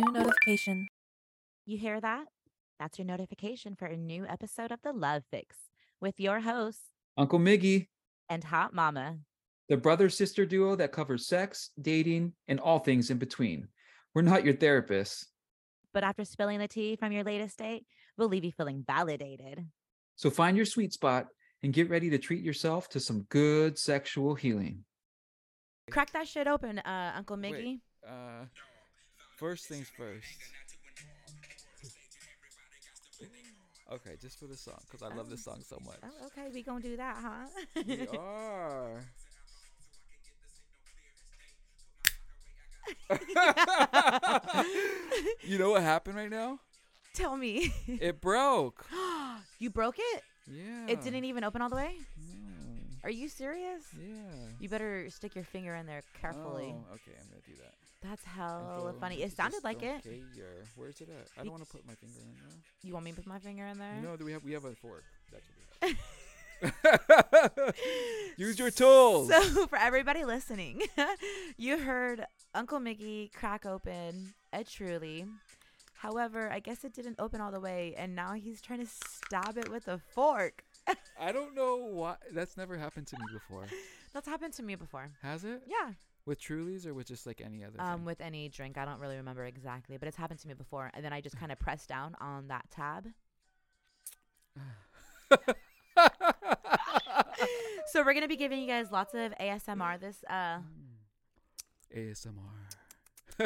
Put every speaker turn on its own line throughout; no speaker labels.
notification.
You hear that? That's your notification for a new episode of The Love Fix with your hosts
Uncle Miggy,
and Hot Mama.
the brother sister duo that covers sex, dating, and all things in between. We're not your therapists.
But after spilling the tea from your latest date, we'll leave you feeling validated.
So find your sweet spot and get ready to treat yourself to some good sexual healing.
Crack that shit open, uh, Uncle Miggy.
Wait, uh, first things first. Okay, just for the song, because I love this song so much.
Oh, okay, we gonna do that, huh?
We are. you know what happened right now?
Tell me.
It broke.
you broke it?
Yeah.
It didn't even open all the way?
No.
Are you serious?
Yeah.
You better stick your finger in there carefully.
Oh, okay, I'm gonna do that.
That's
Although
hella funny.
it's
It sounded
just
like it.
okay-er. Where's it at? I
Be-
don't want to put my finger in there.
You want me to put my finger in there?
No, do we have we have a fork? That should be. help. Use your tools.
So, for everybody listening, you heard Uncle Mickey crack open a truly. However, I guess it didn't open all the way, and now he's trying to stab it with a fork.
I don't know why that's never happened to me before.
That's happened to me before.
Has it?
Yeah.
With Trulies or with just like any other?
Um,
thing?
with any drink, I don't really remember exactly, but it's happened to me before. And then I just kind of pressed down on that tab. So we're gonna be giving you guys lots of ASMR this uh
ASMR.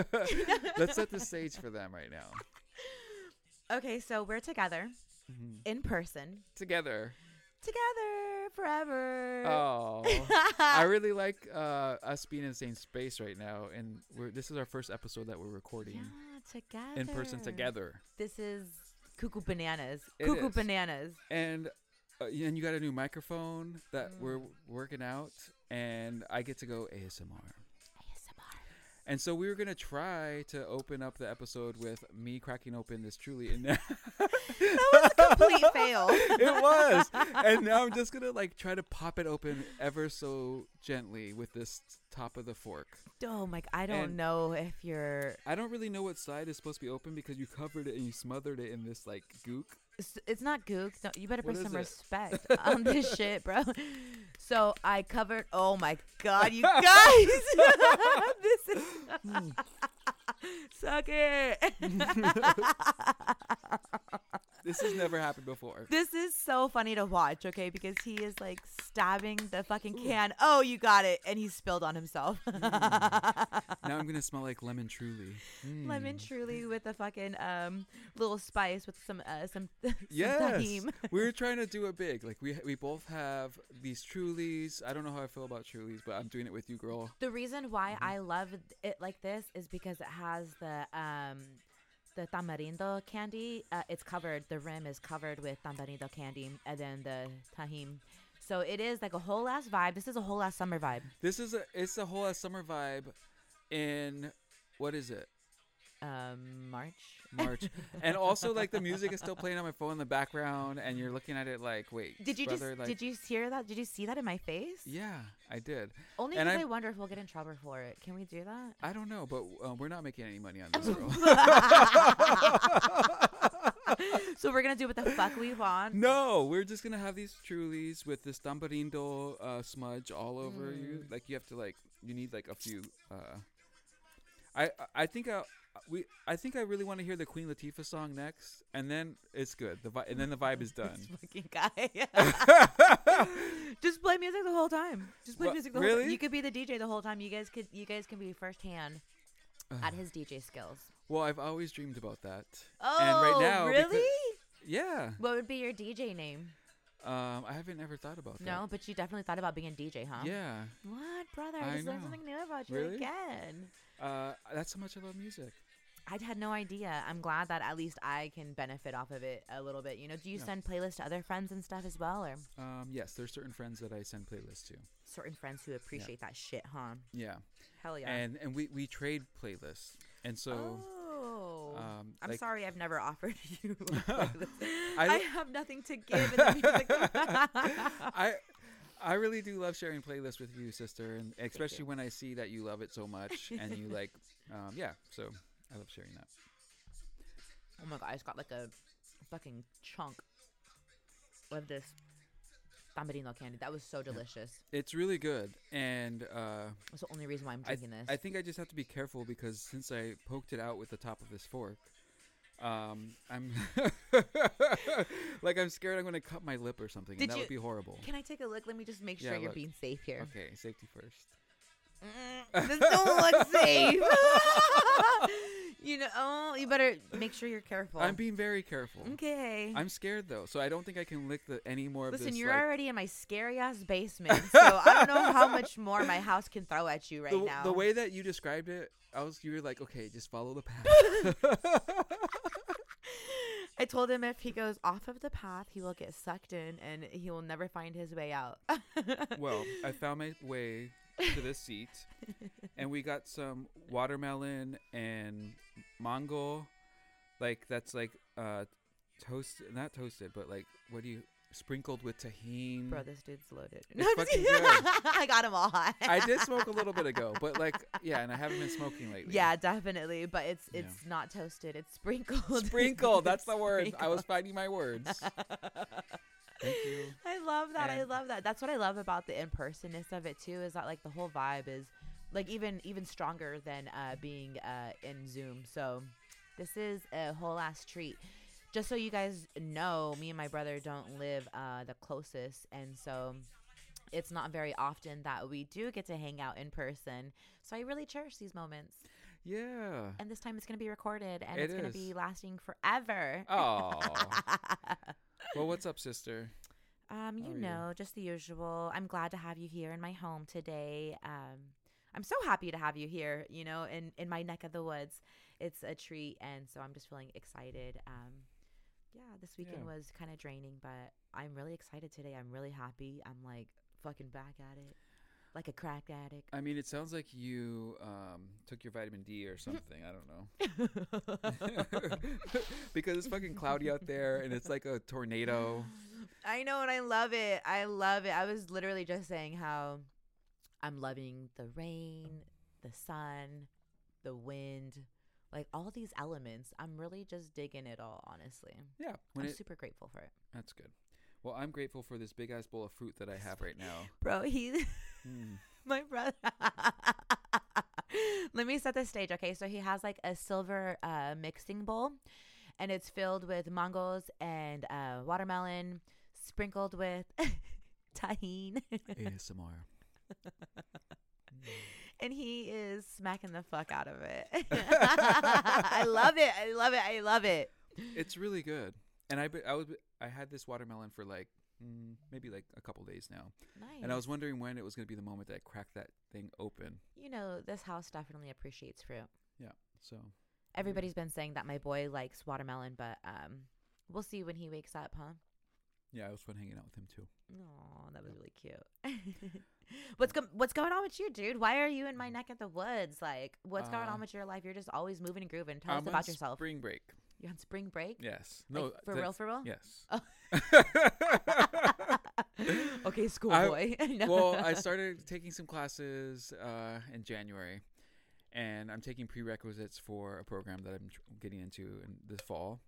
Let's set the stage for them right now.
Okay, so we're together
Mhm.
in person.
Together.
Together forever.
Oh. I really like uh, us being in the same space right now, and we're, this is our first episode that we're
yeah,
recording
together.
in person together.
This is Cuckoo Bananas.
It
Cuckoo
is.
Bananas.
And uh, y- and you got a new microphone that we're w- working out, and I get to go ASMR.
ASMR.
And so we were gonna try to open up the episode with me cracking open this truly, and that
That was a complete fail.
it was. And now I'm just gonna like try to pop it open ever so gently with this top of the fork.
Oh my! g- I don't
And-
know if you're.
I don't really know what side is supposed to be open because you covered it and you smothered it in this like gook.
It's, it's not gook. No, you better put
What is
some
it?
respect on this shit, bro. So I covered. Oh my god, you guys! this is suck it.
This has never happened before.
This is so funny to watch, okay? Because he is like stabbing the fucking can. Oh, you got it. And he spilled on himself.
Now I'm gonna smell like lemon truly. Hmm.
Lemon truly with a fucking um little spice with some uh some, some
Yes,
tahim.
we were trying to do it big. Like we we both have these Trulies. I don't know how I feel about Trulies, but I'm doing it with you, girl.
The reason why I love it like this is because it has the um the tamarindo candy. Uh, it's covered. The rim is covered with tamarindo candy, and then the tahim. So it is like a whole ass vibe. This is a whole ass summer vibe.
This is a it's a whole ass summer vibe. In what is it?
Um, March.
March, and also like the music is still playing on my phone in the background, and you're looking at it like, wait,
Did you
brother,
just
like,
did you hear that? Did you see that in my face?
Yeah, I did.
Only
and
because I,
I-
wonder if we'll get in trouble for it. Can we do that?
I don't know, but uh, we're not making any money on this, girl.
so we're gonna do what the fuck we want.
No, we're just gonna have these Trulies with this tambarindo uh, smudge all over you.
Mm.
Like you have to like you need like a few. Uh, I I- I think I we I think I really want to hear the Queen Latifah song next, and then it's good. The vi- and then the vibe is done.
This fucking guy. Just play music the whole time. Just play
Wha-
music the whole time.
really?
You could be the DJ the whole time. You guys could you guys can be firsthand at his DJ skills.
well, I've always dreamed about that.
Oh,
and right now,
really?
becau- yeah.
what would be your DJ name?
Um, I haven't ever thought about
No, but you definitely thought about being a DJ, huh?
that. Yeah.
What, brother? I,
I
just learned
know.
something new about you
Really?
again.
Uh, that's how much I love music.
I had no idea. I'm glad that at least I can benefit off of it a little bit. You know, do you
Yeah.
send playlists to other friends and stuff as well, or
Um, yes, there's certain friends that I send playlists to.
certain friends who appreciate that shit, huh?
Yeah.
Hell yeah.
And and we we trade playlists, and so.
oh,
um,
I'm
like-
sorry, I've never offered you. a playlist. I,
I-
have nothing to give. And Oh, then music.
I I really do love sharing playlists with you, sister, and especially when I see that you love it so much and you like um yeah, so I love sharing that.
Oh my god, I just got like a fucking chunk of this tamarindo candy. That was so delicious.
It's really good, and uh,
That's the only reason why I'm
I,
drinking
I
this.
think I just have to be careful because since I poked it out with the top of this fork, um, I'm like I'm scared I'm gonna cut my lip or something,
Did
and that
you-
would be horrible.
Can I take a look? Let me just make sure
Yeah,
you're
look.
being safe here.
Okay, safety first.
Mm, this don't look safe. you know, oh, you better make sure you're careful.
I'm being very careful.
mm, okay.
I'm scared though, so I don't think I can lick the any more of
Listen,
this.
you're
like-
already in my scary ass basement, so I don't know how much more my house can throw at you right
the,
now.
the way that you described it, I was you were like, okay, just follow the path.
I told him if he goes off of the path, he will get sucked in and he will never find his way out.
well, I found my way to this seat, and we got some watermelon and mango, like that's like uh, toast, not toasted, but like what do you sprinkled with tahine?
Bro, this dude's loaded.
fucking
I got him all hot.
I did smoke a little bit ago, but like yeah, and I haven't been smoking lately.
Yeah, definitely. But it's
Yeah.
it's not toasted. It's sprinkled.
Sprinkled, that's the word. I was
Sprinkled.
finding my words. Thank you.
I love that. I
And-
love that. That's what I love about the in personness of it too. Is that like the whole vibe is like even even stronger than uh, being uh, in Zoom. So this is a whole ass treat. Just so you guys know, me and my brother don't live uh, the closest, and so it's not very often that we do get to hang out in person. So I really cherish these moments.
Yeah.
And this time it's going to be recorded, and
It
it's going
is.
to be lasting forever.
Oh. well, what's up, sister?
Um,
How
you
are you?
know, just the usual. I'm glad to have you here in my home today. Um, I'm so happy to have you here, you know, in, in my neck of the woods. It's a treat. And so I'm just feeling excited. Um, yeah, this weekend
Yeah.
was kind of draining, but I'm really excited today. I'm really happy. I'm like fucking back at it, like a crack addict.
I mean, it sounds like you um, took your vitamin D or something. I don't know. because it's fucking cloudy out there and it's like a tornado.
I know, and I love it. I love it. I was literally just saying how I'm loving the rain, the sun, the wind, like all these elements. I'm really just digging it all, honestly.
Yeah, when
I'm
it,
super grateful for it.
that's good. Well, I'm grateful for this big ass bowl of fruit that I have right now.
Bro, he,
Mm.
my brother. Let me set the stage, okay? So he has like a silver uh, mixing bowl, and it's filled with mangoes and uh, watermelon, sprinkled with tahine.
ASMR.
and he is smacking the fuck out of it. I love it. I love it. I love it.
It's really good. And I, be- I was I had this watermelon for like mm, maybe like a couple days now,
Nice.
and I was wondering when it was going to be the moment that I cracked that thing open.
you know, this house definitely appreciates fruit.
Mm. So
Everybody's been saying that my boy likes watermelon, but um, we'll see when he wakes up, huh?
yeah, I was fun hanging out with him too.
Oh, that was really cute. what's go- what's going on with you, dude? Why are you in my neck of the woods? Like, what's going
Mm. Uh,
on with your life? You're just always moving and grooving. Tell
I'm
us
on
about yourself.
Spring break.
You're on spring break.
Yes.
Like,
No.
for
that-
real, for real.
Yes.
Oh. okay, schoolboy.
I-
No.
well, I started taking some classes uh, in January, and I'm taking prerequisites for a program that I'm tr- getting into in this fall.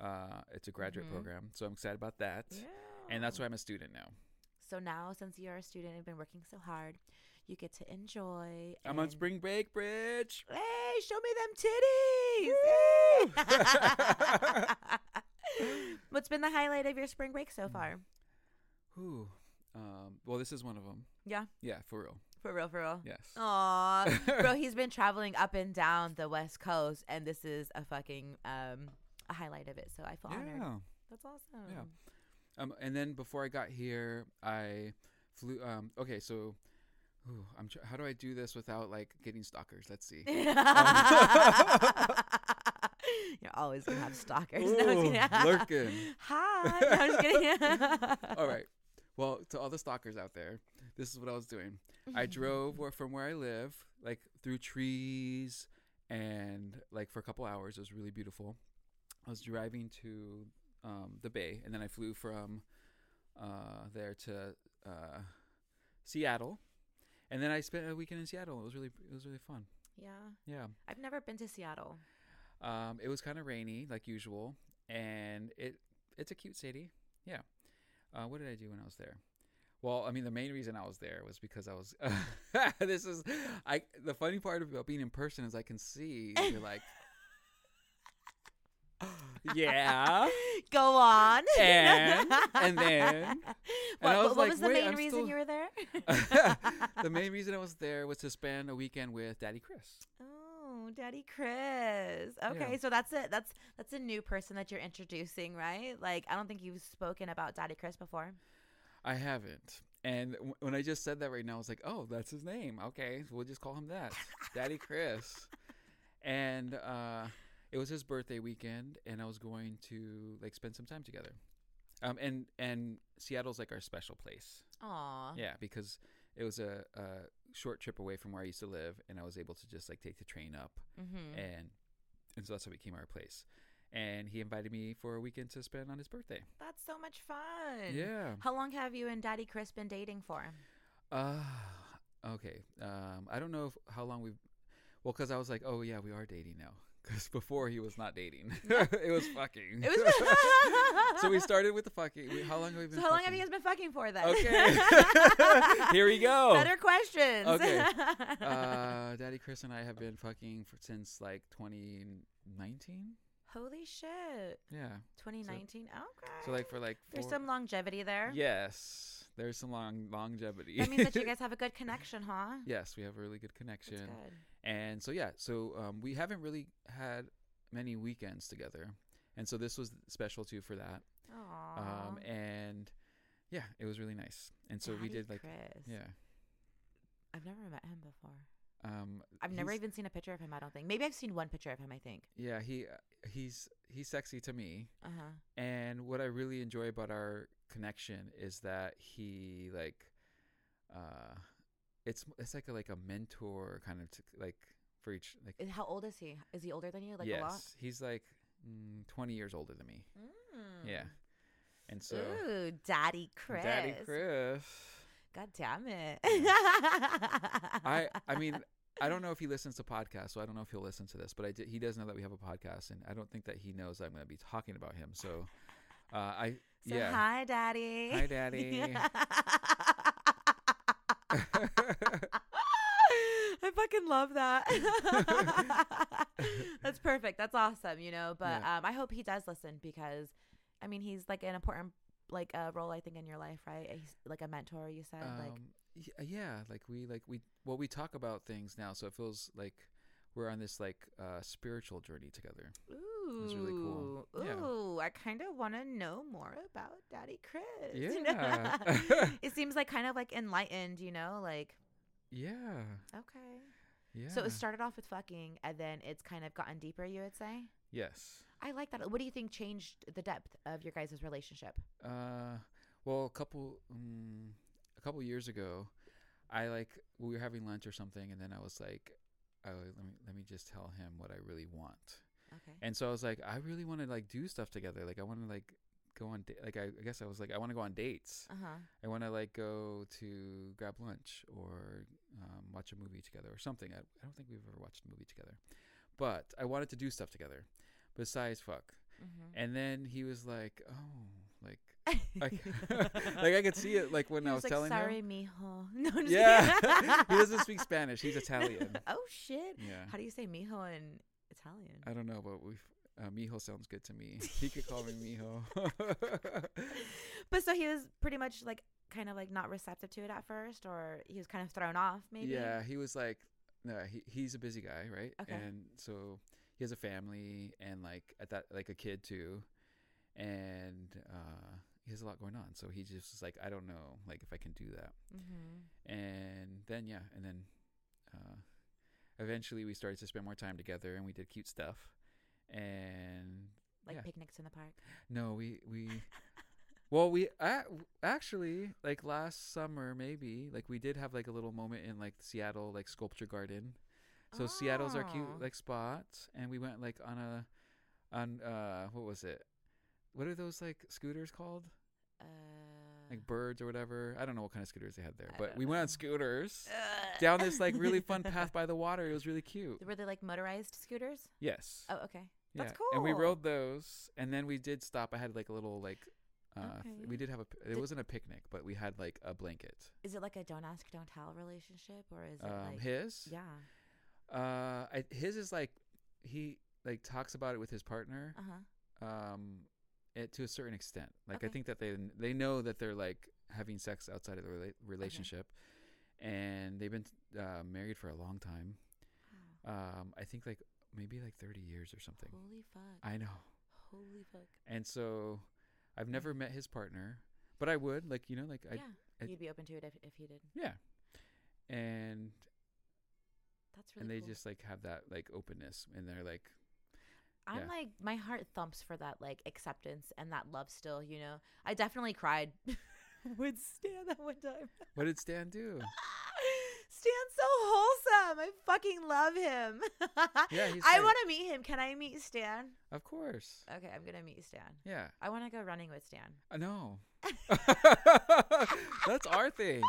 Uh, it's a graduate
Mhm.
program, so I'm excited about that. And that's
Yeah.
why I'm a student now.
So now, since you're a student and been working so hard, you get to enjoy.
I'm on
and-
spring break, Bridge.
Hey, show me them titties! Hey! What's been the highlight of your spring break so far?
Whew. Um, well, this is one of them.
Yeah, Oh,
Yeah, for real.
for real, for real.
Yes.
Aw, bro, he's been traveling up and down the West Coast, and this is a fucking um a highlight of it. So I feel honored.
Yeah.
That's awesome.
Um, and then before I got here, I flew. Um, okay, so ooh, I'm. Tr- how do I do this without like getting stalkers? Let's see.
You're always gonna have stalkers. No, I'm just
Ooh,
kidding.
lurking.
Hi. No, I'm just kidding.
All right. Well, to all the stalkers out there, this is what I was doing. I drove where, from where I live, like through trees, and like for a couple hours. It was really beautiful. I was driving to um, the bay, and then I flew from uh, there to uh, Seattle, and then I spent a weekend in Seattle. It was really, it was really fun.
Yeah,
Yeah.
I've never been to Seattle.
Um, it was kind of rainy, like usual, and it it's a cute city. Yeah. Uh, what did I do when I was there? Well, I mean, the main reason I was there was because I was. this is, I the funny part about being in person is I can see you're like, yeah,
Go on.
And- and then-
What,
I
what- what
was like,
was the
"Wait,
main
I'm
reason
still-
you were there?
the main reason I was there was to spend a weekend with Daddy Chris.
Oh, Daddy Chris. Okay, so that's it. That's that's a new person that you're introducing, right? Like I don't think you've spoken about Daddy Chris before.
I haven't. And w- when I just said that right now, I was like, oh, that's his name. Okay, we'll just call him that, Daddy Chris. And uh, it was his birthday weekend, and I was going to like spend some time together. Um, and and Seattle's like our special place.
Aw.
Yeah, because it was a, a short trip away from where I used to live, and I was able to just like take the train up,
Mm-hmm.
and and so that's how we came our place. And he invited me for a weekend to spend on his birthday.
That's so much fun.
Yeah.
How long have you and Daddy Chris been dating for?
Uh, okay. Um, I don't know if, how long we've. Well, because I was like, oh yeah, we are dating now. Because before he was not dating, it was fucking.
It was.
so we started with the fucking. We, how long have we been?
So how long have you guys been fucking for then?
Okay. Here we go.
Better questions.
Okay. Uh, Daddy Chris and I have been fucking for, since like 2019.
Holy shit.
Yeah.
2019. okay.
So like for like.
there's
four-
some longevity there.
Yes, there's some long longevity.
That means that you guys have a good connection, huh?
yes, we have a really good connection.
That's good.
And so yeah, so um, we haven't really had many weekends together, and so this was special too for that.
Aww.
Um, and yeah, it was really nice. And so we
Daddy
did like
Chris.
yeah.
I've never met him before.
Um,
I've never
he's-
even seen a picture of him. I don't think. Maybe I've seen one picture of him. I think.
yeah he uh, he's he's sexy to me.
Uh huh.
And what I really enjoy about our connection is that he like, uh, it's it's like a like a mentor kind of t- like for each like
How old is he? Is he older than you? Like
yes
a lot.
he's like mm, twenty years older than me. Yeah. And so
Mm. Ooh, Daddy Chris.
Daddy Chris.
God damn it.
I I mean, I don't know if he listens to podcasts, so I don't know if he'll listen to this, but I did, he does know that we have a podcast and I don't think that he knows that I'm going to be talking about him. So uh I
So
yeah.
hi, Daddy.
Hi, daddy.
I fucking love that. That's perfect. That's awesome, you know. But
Yeah.
um, I hope he does listen because, I mean, he's like an important like uh, role I think in your life, right? He's like a mentor. You said like
Um, y- yeah, like we like we well we talk about things now, so it feels like we're on this like uh spiritual journey together.
Ooh,
was Um, really cool. Yeah.
Ooh, I kind of want to know more about Daddy Chris. you know?
Yeah.
it seems like kind of like enlightened, you know, like
Yeah.
okay.
Yeah.
So it started off with fucking, and then it's kind of gotten deeper. You would say.
Yes.
I like that. What do you think changed the depth of your guys' relationship?
Uh, well, a couple, um, a couple years ago, I like we were having lunch or something, and then I was like, oh, let me let me just tell him what I really want.
Okay.
And so I was like, I really want to like do stuff together. Like I want to like go on da- like I, I guess I was like I want to go on dates.
Uh huh.
I want to like go to grab lunch or um, watch a movie together or something. I, I don't think we've ever watched a movie together, but I wanted to do stuff together. Besides, fuck.
Mm-hmm.
And then he was like, oh, like like, like I could see it like when
He
I
was
was
like,
telling
Sorry,
him.
mijo. No, I'm just
Yeah,
kidding.
he doesn't speak Spanish. He's Italian.
oh shit.
Yeah.
How do you say mijo in Italian?
I don't know, but we uh, Mijo sounds good to me. He could call me Mijo.
But so he was pretty much like kind of like not receptive to it at first, or he was kind of thrown off, maybe.
yeah, he was like, no, he he's a busy guy, right?
Okay.
And so he has a family and like at that like a kid too, and uh, he has a lot going on. So he just was like, I don't know, like if I can do that.
Mm-hmm.
and then yeah and then uh, eventually we started to spend more time together and we did cute stuff and
Like
Yeah.
picnics in the park.
no we we well we a actually like last summer maybe like we did have like a little moment in like seattle like sculpture garden so seattle's our
Oh.
cute like spot and we went like on a on uh what was it what are those like scooters called
Uh,
like birds or whatever. I don't know what kind of scooters they had there,
I
but
don't
we went
know.
on scooters
Ugh.
down this like really fun path by the water. It was really cute.
Were they like motorized scooters?
Yes.
Oh, okay. Oh, That's
And we
cool.
rode those, and then we did stop. I had like a little like, uh,
Okay,
th-
yeah.
we did have a. p- It
Did-
wasn't a picnic, but we had like a blanket.
Is it like a don't ask, don't tell relationship, or is it
Um,
like
his.
yeah?
Uh, I, his is like he like talks about it with his partner.
Uh huh.
Um, it, to a certain extent. Like I
Okay.
think that they they know that they're like having sex outside of the rela- relationship, and they've been uh, married for a long time. Um, I think like maybe like thirty years or something.
Holy fuck!
I know.
Holy fuck!
And so I've never met his partner, but I would like you know like I
Mm. yeah,
I-
you'd be open to it if, if he did.
yeah. And
That's really.
and they
cool.
just like have that like openness and they're like
I'm
yeah.
like my heart thumps for that like acceptance and that love still. You know, I definitely cried. Would Stan that one time?
what did Stan do?
Stan's so wholesome. I fucking love him.
Yeah, he's
I
great.
want to meet him. Can I meet Stan?
Of course.
Okay, I'm gonna meet Stan.
Yeah.
I want to go running with Stan.
I know. That's our thing.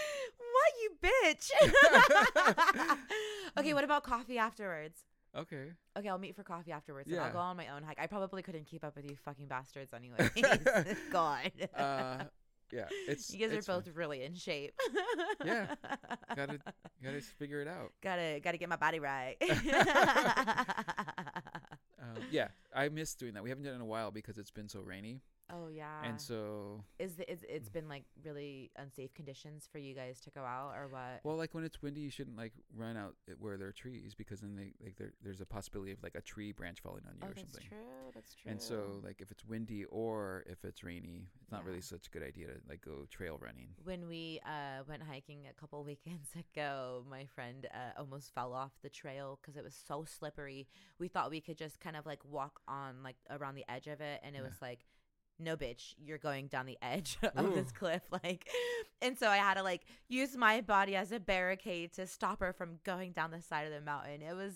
what you bitch? okay, what about coffee afterwards?
Okay.
Okay, I'll meet for coffee afterwards. And
Yeah.
I'll go on my own hike. I probably couldn't keep up with you fucking bastards anyway. God.
Uh yeah, it's
you guys
it's
are
fun.
both really in shape.
Yeah. Gotta- You gotta figure it out.
gotta gotta get my body right.
Um, yeah, I miss doing that. We haven't done it in a while because it's been so rainy,
oh yeah.
and so
is the, is it's been like really unsafe conditions for you guys to go out or what?
Well, like when it's windy, you shouldn't like run out at where there are trees because then they like there, there's a possibility of like a tree branch falling on you
oh,
or
that's
something.
true. That's true.
And so like if it's windy or if it's rainy, it's not
Yeah.
really such a good idea to like go trail running.
when we uh, went hiking a couple weekends ago, my friend uh, almost fell off the trail because it was so slippery. We thought we could just kind of like walk on like around the edge of it, and it
Yeah.
was like, no, bitch, you're going down the edge of this
Ooh.
cliff, like. And so I had to like use my body as a barricade to stop her from going down the side of the mountain. It was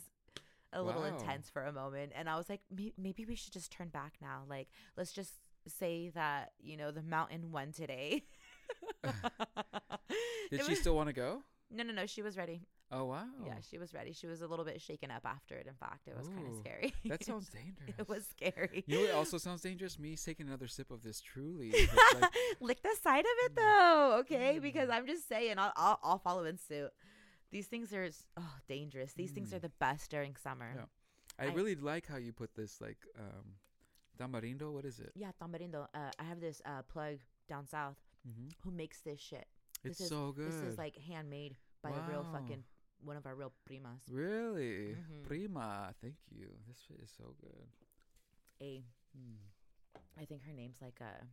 a little
Wow.
intense for a moment, and I was like, "May- maybe we should just turn back now. Like, let's just say that you know the mountain won today.
Did
It
she
was-
still want to go?
No, no, no. She was ready.
Oh wow.
Yeah, she was ready. She was a little bit shaken up after it. In fact, it was kind of
Ooh,
scary.
that sounds dangerous.
it was scary.
You know what also sounds dangerous? Me taking another sip of this truly. It's like,
Lick the side of it though, okay? Because
Mm.
I'm just saying, I'll, I'll, I'll follow in suit. These things are s- oh dangerous. These things are
Mm.
the best during summer.
Yeah. I,
I-
really like how you put this like um tamarindo. What is it?
Yeah, tambarindo. Uh, I have this uh, plug down south
hmm
who makes this shit. This
It's
is-
so good.
This is like handmade by a real
Wow.
fucking one of our real primas.
Really?
Mhm.
Prima. Thank you. This shit is so good. Hmm.
A I think her name's like uh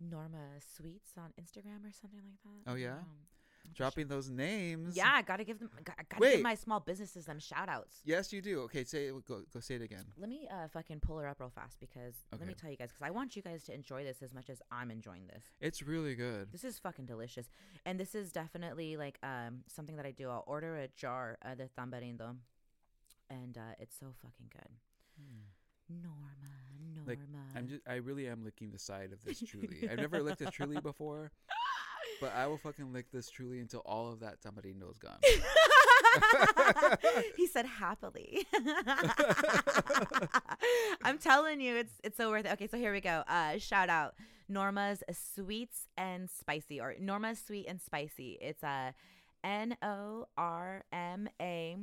Norma Sweets on Instagram or something like that.
Oh,
I don't
yeah?
know. I'm pretty sure-
Dropping those names.
Yeah, I gotta give them. I gotta
Wait.
give my small businesses them shout outs.
Yes, you do. Okay, say it. Go, go say it again.
Let me uh, fucking pull her up real fast because let me
Okay.
tell you guys because I want you guys to enjoy this as much as I'm enjoying this.
It's really good.
This is fucking delicious, and this is definitely like um something that I do. I'll order a jar of the tambarindo, and uh, it's so fucking good. Norma, Norma.
Like, I'm just. I really am licking the side of this truly. I've never licked a truly before, but I will fucking lick this truly until all of that tamarindo is gone.
he said happily. I'm telling you, it's it's so worth it. Okay, so here we go. Uh, shout out Norma's Sweets and Spicy or Norma's Sweet and Spicy. It's a N O R M A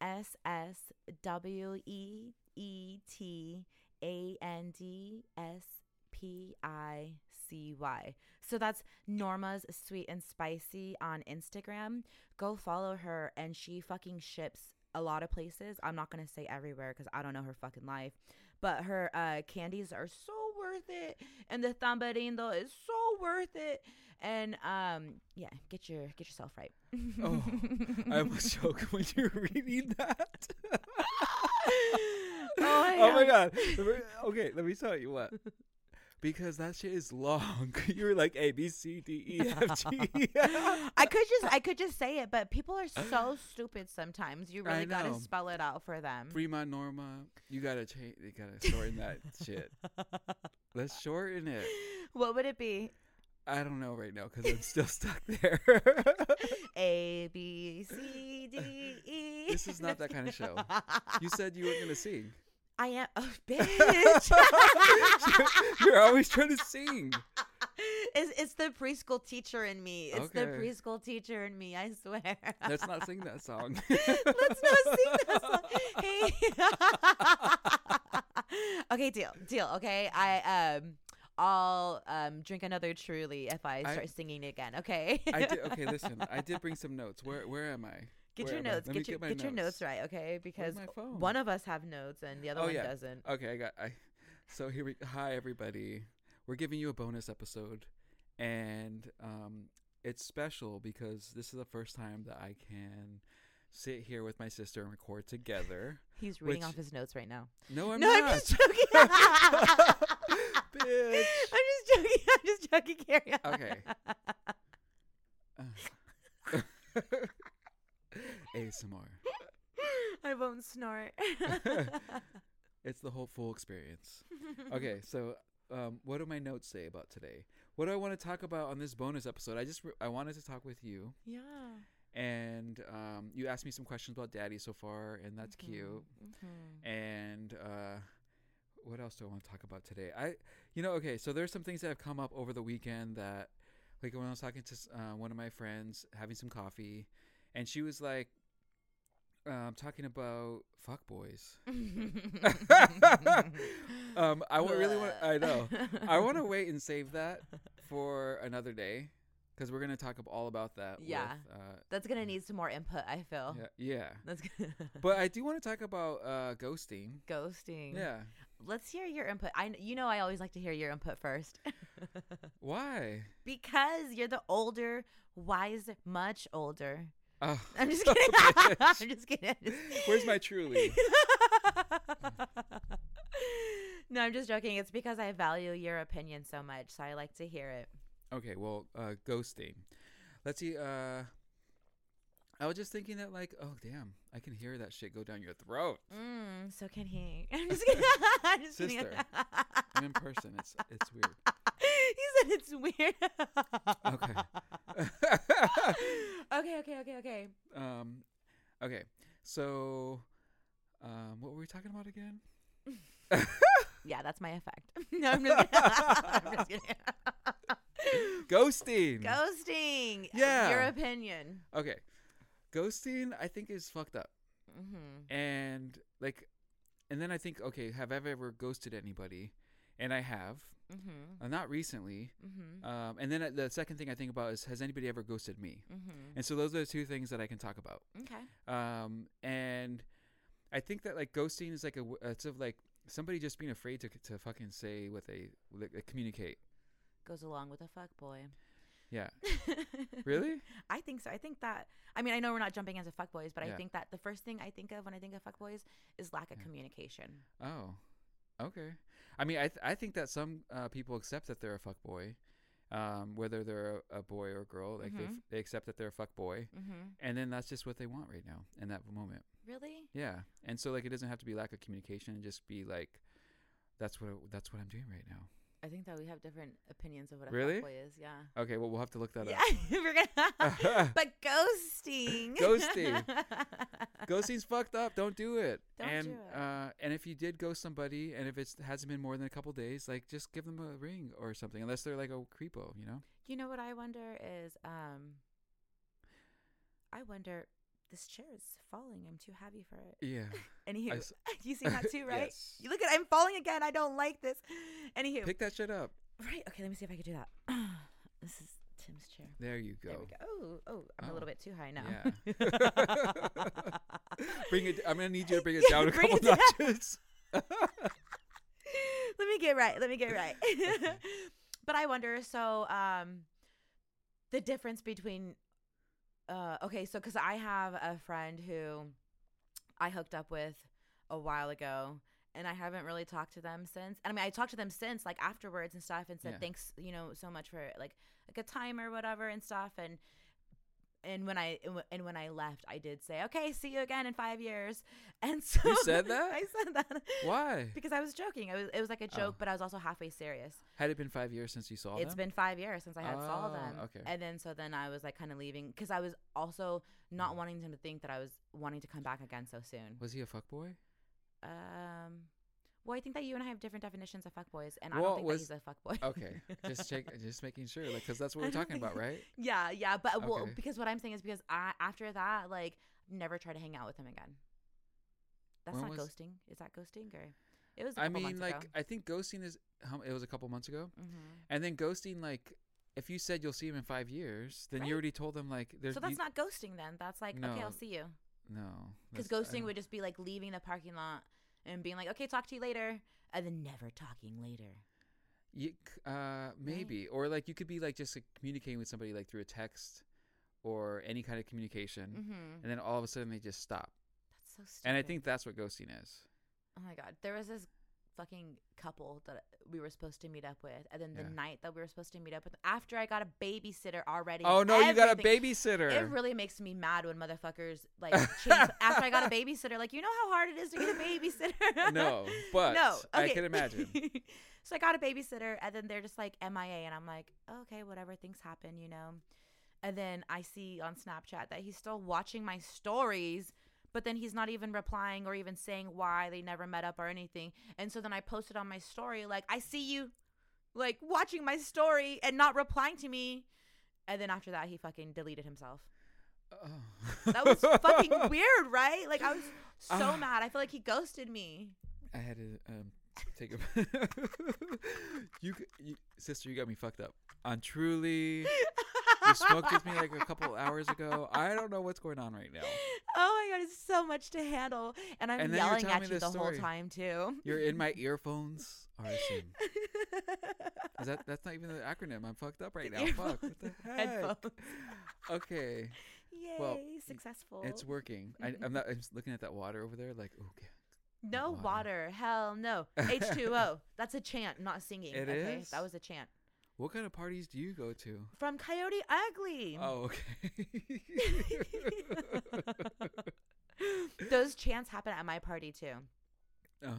S S W E E T A N D S P I C Y. So that's Norma's Sweet and Spicy on Instagram. Go follow her, and she fucking ships a lot of places. I'm not gonna say everywhere because I don't know her fucking life, but her uh, candies are so worth it, and the tambarindo is so worth it. And um, yeah, get your get yourself right.
Oh, I was joking when you were reading that.
Oh my
god. The ver- Okay, let me tell you what. Because that shit is long. you were like A B C D E F G.
I could just I could just say it, but people are so stupid sometimes. You
I
really gotta
know.
spell it out for them.
Prima Norma, you gotta change. You gotta shorten that shit. Let's shorten it.
What would it be?
I don't know right now because I'm still stuck there.
A B C D E.
This is not that kind of show. you said you were gonna sing.
I am oh, a bitch.
You're always trying to sing.
it's, it's the preschool teacher in me. It's the
Okay.
preschool teacher in me. I swear.
Let's not sing that song.
Let's not sing that song. Hey. okay, deal, deal. Okay, I um, I'll um drink another truly if I
I-
start singing again. Okay.
I did, okay, listen. I did bring some notes. Where where am I?
Get
Where
your
am I?
notes.
Let
Get,
me
your
my
get your notes right, okay? Because
my
o- one
phone?
of us have notes and the other
Oh,
one
yeah.
doesn't.
Okay, I got. I so here we. Hi everybody. We're giving you a bonus episode, and um, it's special because this is the first time that I can sit here with my sister and record together.
He's reading
Which-
off his notes right now.
No, I'm
no,
not.
I'm just joking. I'm
Bitch.
just joking. I'm just joking. Carry on.
Okay. ASMR.
I won't snort.
It's the whole full experience. okay, so um, what do my notes say about today? What do I want to talk about on this bonus episode? I just re- I wanted to talk with you,
Yeah.
and um, you asked me some questions about Daddy so far, and that's cute.
Mm-hmm.
And uh, what else do I want to talk about today? I, you know, okay, so there's some things that have come up over the weekend that, like when I was talking to s- uh, one of my friends, having some coffee, and she was like, um, talking about fuck boys. um, I wa- really want. I know. I want to wait and save that for another day because we're gonna talk ab- all about that.
Yeah. Oh.
With, uh,
That's gonna need some more input. I feel.
yeah, yeah.
That's gonna
But I do want to talk about uh, ghosting.
ghosting.
Yeah.
Let's hear your input. I kn- you know I always like to hear your input first.
Why?
Because you're the older, wise, much older.
Oh,
I'm just kidding. I'm
bitch.
just kidding. I'm just-
Where's my truly?
no, I'm just joking. It's because I value your opinion so much, so I like to hear it.
Okay, well, uh, ghosting. Let's see. Uh, I was just thinking that, like, oh damn, I can hear that shit go down your throat.
Mm, so can he? I'm just kidding. I'm just kidding.
Sister. I'm in person. It's it's
he said it's weird.
weird.
okay, okay, okay, okay.
um okay so um what were we talking about again
Yeah, that's my effect. no, I'm just kidding. I'm just kidding.
ghosting
Ghosting. Your
Yeah.
opinion.
okay ghosting i think is fucked up
Mm-hmm.
and like and then i think okay have i ever ghosted anybody and i have
Mm-hmm.
uh, not recently
Mm-hmm.
um and then uh, the second thing i think about is has anybody ever ghosted me
Mm-hmm.
and so those are the two things that i can talk about
Okay.
um and i think that like ghosting is like a w- it's of like somebody just being afraid to to fucking say what they like, communicate
Goes along with a fuck boy.
yeah really
I think so. I think that. I mean, I know we're not jumping into fuck boys, but I
Yeah.
think that the first thing I think of when I think of fuck boys is lack of
Yeah.
communication.
Oh, okay. I mean, I th- I think that some uh, people accept that they're a fuck boy, um, whether they're a, a boy or a girl. Like they f-
Mhm.
they accept that they're a fuck boy,
Mm-hmm.
and then that's just what they want right now in that moment.
Really?
Yeah, and so like it doesn't have to be lack of communication. and Just be like, that's what that's what I'm doing right now.
I think that we have different opinions of what a
Really?
fuck boy is. Yeah.
Okay, well we'll have to look that
Yeah,
up.
we're gonna. but ghosting.
Ghosting. Ghosting's fucked up. Don't do it.
Don't
and
do it.
uh and if you did ghost somebody and if it hasn't been more than a couple days, like just give them a ring or something unless they're like a creepo, you know?
You know what I wonder is, um, I wonder this chair is falling. I'm too heavy for it.
Yeah.
Anywho,
I s-
you seen that too, right?
Yes.
You look at I'm falling again. I don't like this. Anywho,
Pick that shit up.
right? Okay, let me see if I can do that. this is Tim's chair.
There you go.
There we go. Oh, oh, I'm a little
Oh,
bit too high now.
Bring it. I'm gonna need you to bring it
Yeah,
down a
bring
couple
it down.
notches.
let me get right. Let me get right. but I wonder. So, um, the difference between, uh, okay, so because I have a friend who I hooked up with a while ago, and I haven't really talked to them since. And I mean, I talked to them since, like afterwards and stuff, and said
Yeah.
thanks, you know, so much for like a good time or whatever and stuff, and. and when I and wh- and when I left, I did say, "Okay, see you again in five years." And so
You said that?
I said that
Why?
because I was joking. I was it was like a
Oh.
joke, but I was also halfway serious.
Had it been five years since you saw
It's
them?
been five years since I had saw
Oh,
them.
okay.
And then so then I was like kind of leaving because I was also
Mm.
not wanting them to think that I was wanting to come back again so soon.
Was he a fuckboy?
Um, well, I think that you and I have different definitions of fuckboys, and I
Well,
don't think
was-
that he's a fuckboy.
Okay, just check, just making sure, like, because that's what
I
we're
don't
talking about,
think-
right?
Yeah, yeah, but well,
Okay.
because what I'm saying is because I after that, like, never try to hang out with him again. That's
When
not
was-
ghosting. Is that ghosting or? It was. I
I mean, like, I think ghosting is. How, it was a couple months ago,
hmm
and then ghosting, like, if you said you'll see him in five years, then
Right.
you already told them like, there's
so that's
you-
not ghosting then. That's like, okay,
No,
I'll see you.
no,
Because
that's- I
ghosting
don't-
would just be like leaving the parking lot and being like, okay, talk to you later, and then never talking later.
You, c- uh, maybe, or like you could be like just like, communicating with somebody like through a text or any kind of communication,
Mm-hmm.
and then all of a sudden they just stop.
That's so stupid.
And I think that's what ghosting is.
Oh my god, there was this fucking couple that we were supposed to meet up with, and then the
Yeah.
night that we were supposed to meet up with, after I got a babysitter already.
Oh no, you got a
everything-
babysitter.
It really makes me mad when motherfuckers like change after I got a babysitter. Like you know how hard it is to get a babysitter.
no, but
no,
I
okay.
can imagine.
so I got a babysitter, and then they're just like MIA, and I'm like, okay, whatever, things happen, you know. And then I see on Snapchat that he's still watching my stories, but then he's not even replying or even saying why they never met up or anything. And so then I posted on my story, like, I see you, like, watching my story and not replying to me. And then after that, he fucking deleted himself.
Oh.
That was fucking weird, right? Like, I was so
Ah.
mad. I feel like he ghosted me.
I had to um, take a. you, c- you, sister, you got me fucked up. On truly, you smoked with me like a couple hours ago. I don't know what's going on right now.
Oh my god, it's so much to handle, and I'm
And then you're
yelling
telling
at
me
you
this
the
story.
whole time too.
You're in my earphones. RSM. Is that that's not even the acronym? I'm fucked up right now. Fuck. What the heck?
Headphones.
Okay,
Yay,
Well,
successful.
it's working. I, I'm not. I'm just looking at that water over there. Like, okay.
no
water.
water. Hell no. H2O. That's a chant, not singing.
It
okay?
is?
That was a chant
What kind of parties do you go to?
from Coyote Ugly.
Oh, okay.
Those chants happen at my party too.
oh,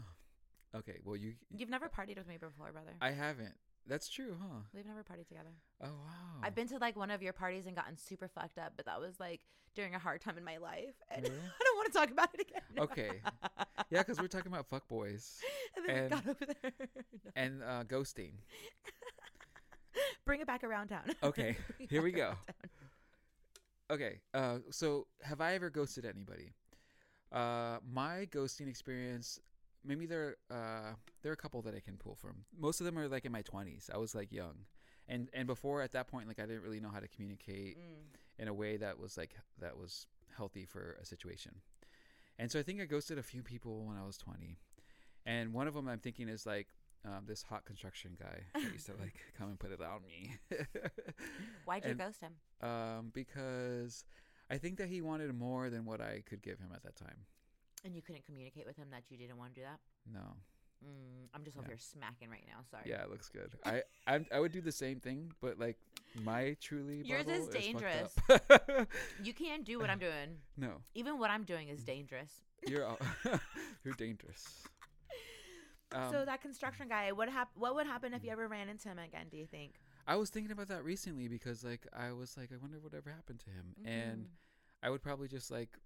okay. Well, you.
You've never partied with me before, brother.
I haven't. That's true, huh?
We've never partied together.
Oh wow.
I've been to like one of your parties and gotten super fucked up, but that was like during a hard time in my life, and
Really?
I don't want to talk about it again.
Okay. Yeah, because we're talking about fuck boys
and then we
And-
got over there. No.
and uh, ghosting.
Bring it back around town.
Okay,
Bring it
here we
back around
go. Okay, uh, so have I ever ghosted anybody? Uh, my ghosting experience, maybe there, uh, there are a couple that I can pull from. Most of them are like in my twenties. I was like young, and and before at that point, like I didn't really know how to communicate
town. Mm.
in a way that was like that was healthy for a situation. And so I think I ghosted a few people when I was 20. And one of them I'm thinking is like um, this hot construction guy that used to like come and put it on me.
Why'd you
And-
ghost him?
um, because I think that he wanted more than what I could give him at that time.
And you couldn't communicate with him that you didn't want to do that?
No.
Mm, I'm just
Yeah.
over here smacking right now. Sorry.
Yeah, it looks good. I I, I would do the same thing, but like my truly
Yours
bottle
is dangerous.
fucked up.
You can't do what I'm doing.
no,
Even what I'm doing
Mm.
is dangerous.
you're all, you're dangerous.
so
Um, Mm.
that construction guy, what hap- What would happen if you ever ran into him again? Do you think?
I was thinking about that recently because like I was like I wonder whatever happened to him and
Mhm.
I would probably just like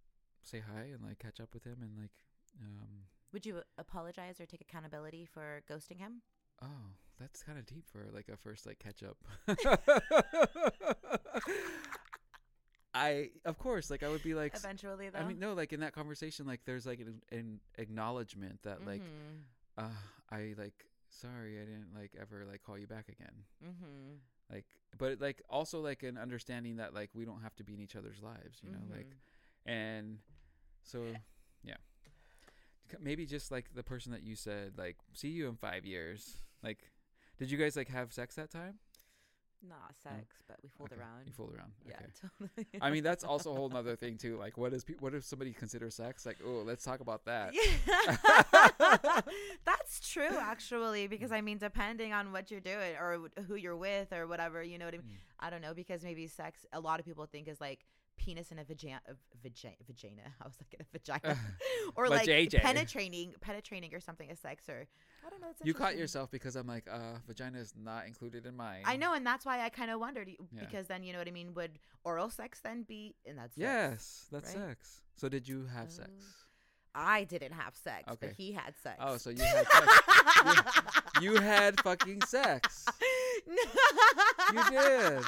say hi and like catch up with him and like um
would you apologize or take accountability for ghosting him?
oh that's kind of deep for like a first like catch up. I of course like I would be like s-
Eventually, though.
I mean no like in that conversation like there's like an, an acknowledgement that like
Mhm.
uh I like sorry I didn't like ever like call you back again.
Mhm.
Like but like also like an understanding that like we don't have to be in each other's lives, you know? Like
Mhm.
and so yeah C- maybe just like the person that you said like see you in five years like did you guys like have sex that time
not sex, but we fooled
Okay,
around.
you fooled around
yeah,
okay
totally.
i mean that's also a whole nother thing too like what is pe- what if somebody considers sex like oh let's talk about that
Yeah. That's true, actually, because I mean, depending on what you're doing
Mm.
or wh- who you're with or whatever, you know what I mean? I don't know, because maybe sex, a lot of people think is like penis in a vagina, vagina, vagina. I was like in a vagina, or like
Vajayjay.
penetrating, penetrating or something a sex or I don't know. It's
You caught
interesting.
yourself because I'm like, uh, vagina is not included in mine.
I know, and that's why I kind of wondered y-
Yeah.
because then you know what I mean. Would oral sex then be? And that's sex.
Yes, that's
right?
sex. So did you have sex?
I didn't have sex, but
Okay.
he had sex.
Oh, so you had sex. You had fucking sex. You did.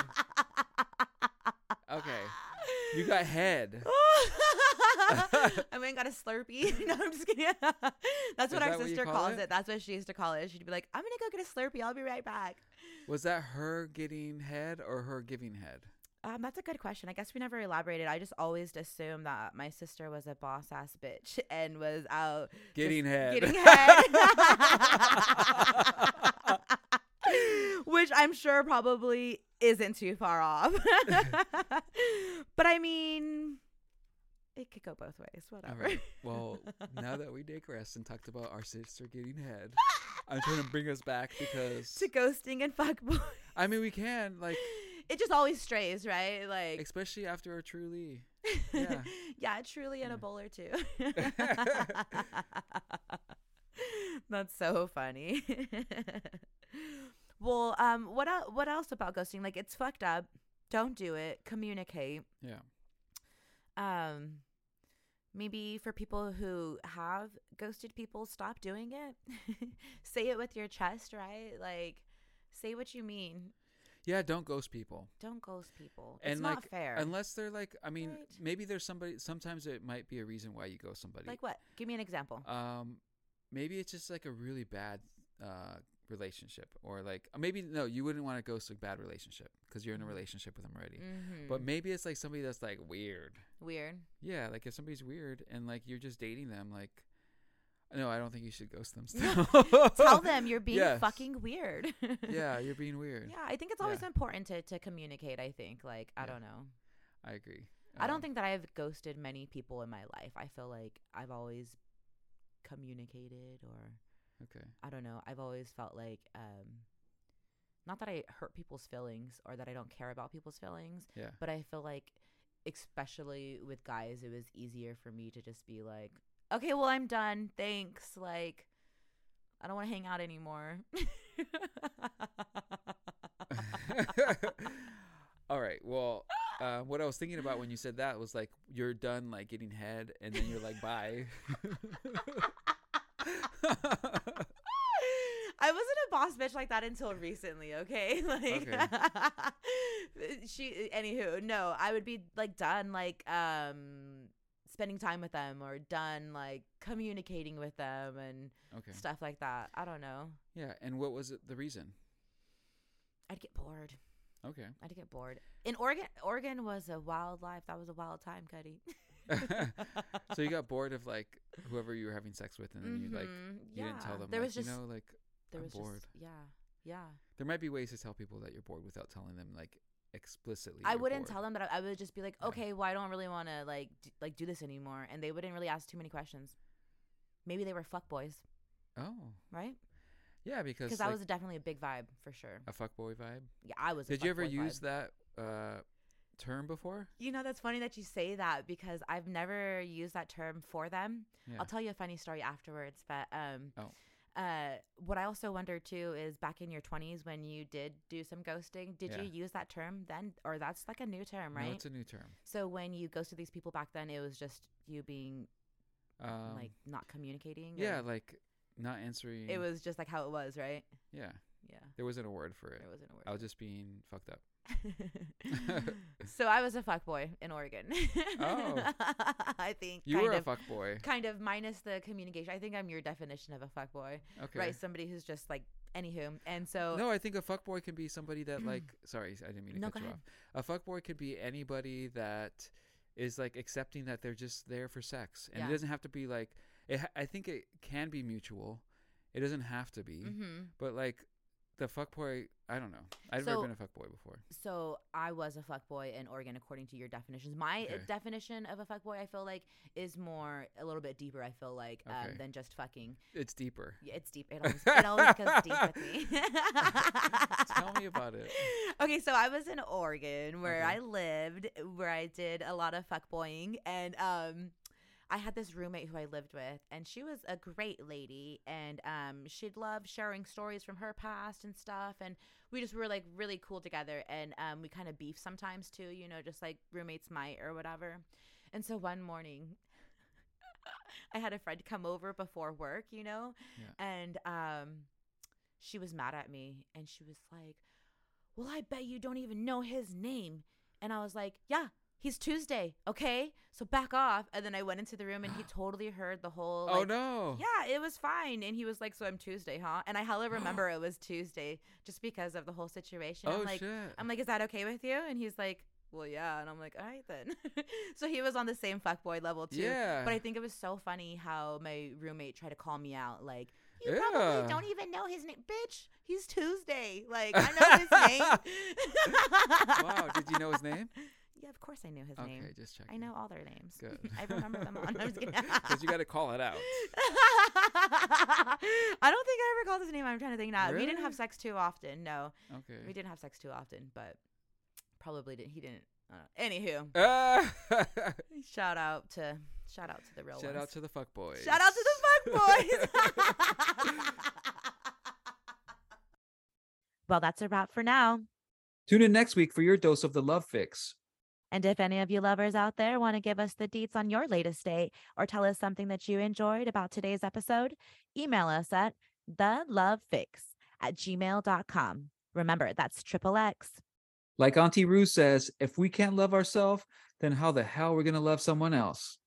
Okay. You got head.
I went and got a Slurpee. No, I'm just kidding. That's what
Is
our
that what you
sister
call
calls it?
it?
That's what she used to call it. She'd be like, "I'm gonna go get a Slurpee. I'll be right back."
Was that her getting head or her giving head?
Um, that's a good question. I guess we never elaborated. I just always assumed that my sister was a boss ass bitch and was out
Getting head.
getting head. Which I'm sure probably isn't too far off. but I mean, it could go both ways,
All
whatever.
right. Well, now that we digressed and talked about our sister getting head, I'm trying to bring us back because
to ghosting and fuckboy.
I mean we can like,
It just always strays, right? Like
especially after a truly. yeah.
yeah, truly in
Yeah.
a bowl or two. That's so funny. well, um, what el- what else about ghosting? Like, it's fucked up. Don't do it. Communicate.
Yeah.
Um, maybe for people who have ghosted people, stop doing it. say it with your chest, right? Like, say what you mean.
Yeah, don't ghost people.
Don't ghost people.
and
it's
like,
not fair.
Unless they're like, I mean,
Right.
maybe there's somebody. Sometimes it might be a reason why you ghost somebody.
like what? Give me an example.
um, maybe it's just like a really bad uh relationship, or like uh, maybe no, you wouldn't want to ghost a bad relationship because you're in a
Mhm.
relationship with them already.
mm-hmm.
But maybe it's like somebody that's like weird.
Weird.
Yeah, like if somebody's weird and like you're just dating them, like. No, I don't think you should ghost them. Still.
tell them you're being
Yes.
fucking weird.
Yeah, you're being weird.
Yeah, I think it's always
Yeah.
important to, to communicate. I think, like, I
Yeah.
don't know.
I agree.
I
Um,
don't think that I've ghosted many people in my life. I feel like I've always communicated, or
Okay.
I don't know. I've always felt like, um, not that I hurt people's feelings or that I don't care about people's feelings,
Yeah.
but I feel like, especially with guys, it was easier for me to just be like, okay, well, I'm done. Thanks. Like, I don't want to hang out anymore.
All right. Well, uh, what I was thinking about when you said that was like you're done like getting head, and then you're like bye.
I wasn't a boss bitch like that until recently, okay? Like she anywho, no, I would be like done like um spending time with them or done like communicating with them and
okay.
stuff like that. I don't know.
Yeah. And what was it, the reason?
I'd get bored.
Okay.
I'd get bored. In Oregon Oregon was a wild life. That was a wild time, Cuddy.
so you got bored of like whoever you were having sex with, and then you like
Mhm.
you didn't tell
Yeah.
them.
There
like,
was just
you know like
there
I'm
was
bored.
just yeah. Yeah.
there might be ways to tell people that you're bored without telling them like explicitly.
I
you're
wouldn't
bored.
tell them, but I, I would just be like,
Yeah.
okay, well, I don't really want to like d- like do this anymore, and they wouldn't really ask too many questions. Maybe they were fuck boys,
Oh,
right?
yeah, because
Because
like,
that was definitely a big vibe for sure.
a fuckboy vibe.
Yeah, I was. A
Did you ever
fuckboy
use
vibe.
that uh, term before?
You know, that's funny that you say that because I've never used that term for them.
Yeah.
I'll tell you a funny story afterwards, but um,
Oh.
uh, what I also wonder too is back in your twenties when you did do some ghosting, did
Yeah.
you use that term then, or that's like a new term, right?
No, it's a new term.
so when you ghosted these people back then, it was just you being
Um,
like not communicating. or-
yeah, like not answering.
it was just like how it was, right?
yeah.
Yeah,
There wasn't a word for it.
it wasn't a word.
I was just being fucked up.
so I was a fuck boy in Oregon.
Oh.
I think
You
kind
were
of,
a fuck boy.
kind of minus the communication. I think I'm your definition of a fuck boy,
Okay.
right? Somebody who's just like anywho, and so
No, I think a fuck boy can be somebody that like. sorry, I didn't mean to
No,
cut
go
you
ahead.
off. A fuck boy could be anybody that is like accepting that they're just there for sex, and
Yeah.
it doesn't have to be like. It, ha- I think it can be mutual. It doesn't have to be,
hmm
but like the fuckboy. I don't know. I've
So-
never been a fuckboy before.
So I was a fuckboy in Oregon, according to your definitions. My uh,
Okay.
definition of a fuckboy, I feel like, is more a little bit deeper. I feel like um,
Okay.
than just fucking.
It's deeper.
Yeah, It's deep. It always, it always goes deep with me.
Tell me about it.
Okay, so I was in Oregon where
Okay.
I lived, where I did a lot of fuckboying, and um, I had this roommate who I lived with, and she was a great lady, and um, she'd love sharing stories from her past and stuff, and we just were like really cool together, and um, we kind of beef sometimes too, you know, just like roommates might or whatever. And so one morning, I had a friend come over before work, you know,
Yeah.
and um, she was mad at me and she was like, Well, I bet you don't even know his name. And I was like, Yeah, he's Tuesday. Okay. So back off. And then I went into the room and he totally heard the whole.
oh
like,
no.
Yeah, it was fine. And he was like, So I'm Tuesday, huh? And I hella remember it was Tuesday just because of the whole situation.
Oh
I'm like,
shit.
I'm like, is that okay with you? And he's like, well, yeah. And I'm like, all right then. so he was on the same fuckboy level too.
yeah.
But I think it was so funny how my roommate tried to call me out, like, you probably
Yeah.
don't even know his name. Bitch, he's Tuesday. Like, I know his name.
wow. Did you know his name?
Yeah, of course I knew his
okay,
name.
just checking.
I know all their names.
Good.
I remember them all. No, I'm just kidding.
Because you got to call it out.
I don't think I ever called his name. I'm trying to think now. We didn't have
Really?
sex too often. No,
Okay.
we didn't have sex too often, but probably didn't. He didn't. I don't know. Anywho,
Ah!
Shout out to shout out to the real
Shout
ones.
out to the fuckboys.
shout out to the fuck boys.
Well, that's a wrap for now.
Tune in next week for your dose of the love fix.
And if any of you lovers out there want to give us the deets on your latest date or tell us something that you enjoyed about today's episode, email us at thelovefix at gmail.com. Remember, that's triple X.
Like Auntie Rue says, if we can't love ourselves, then how the hell are we going to love someone else?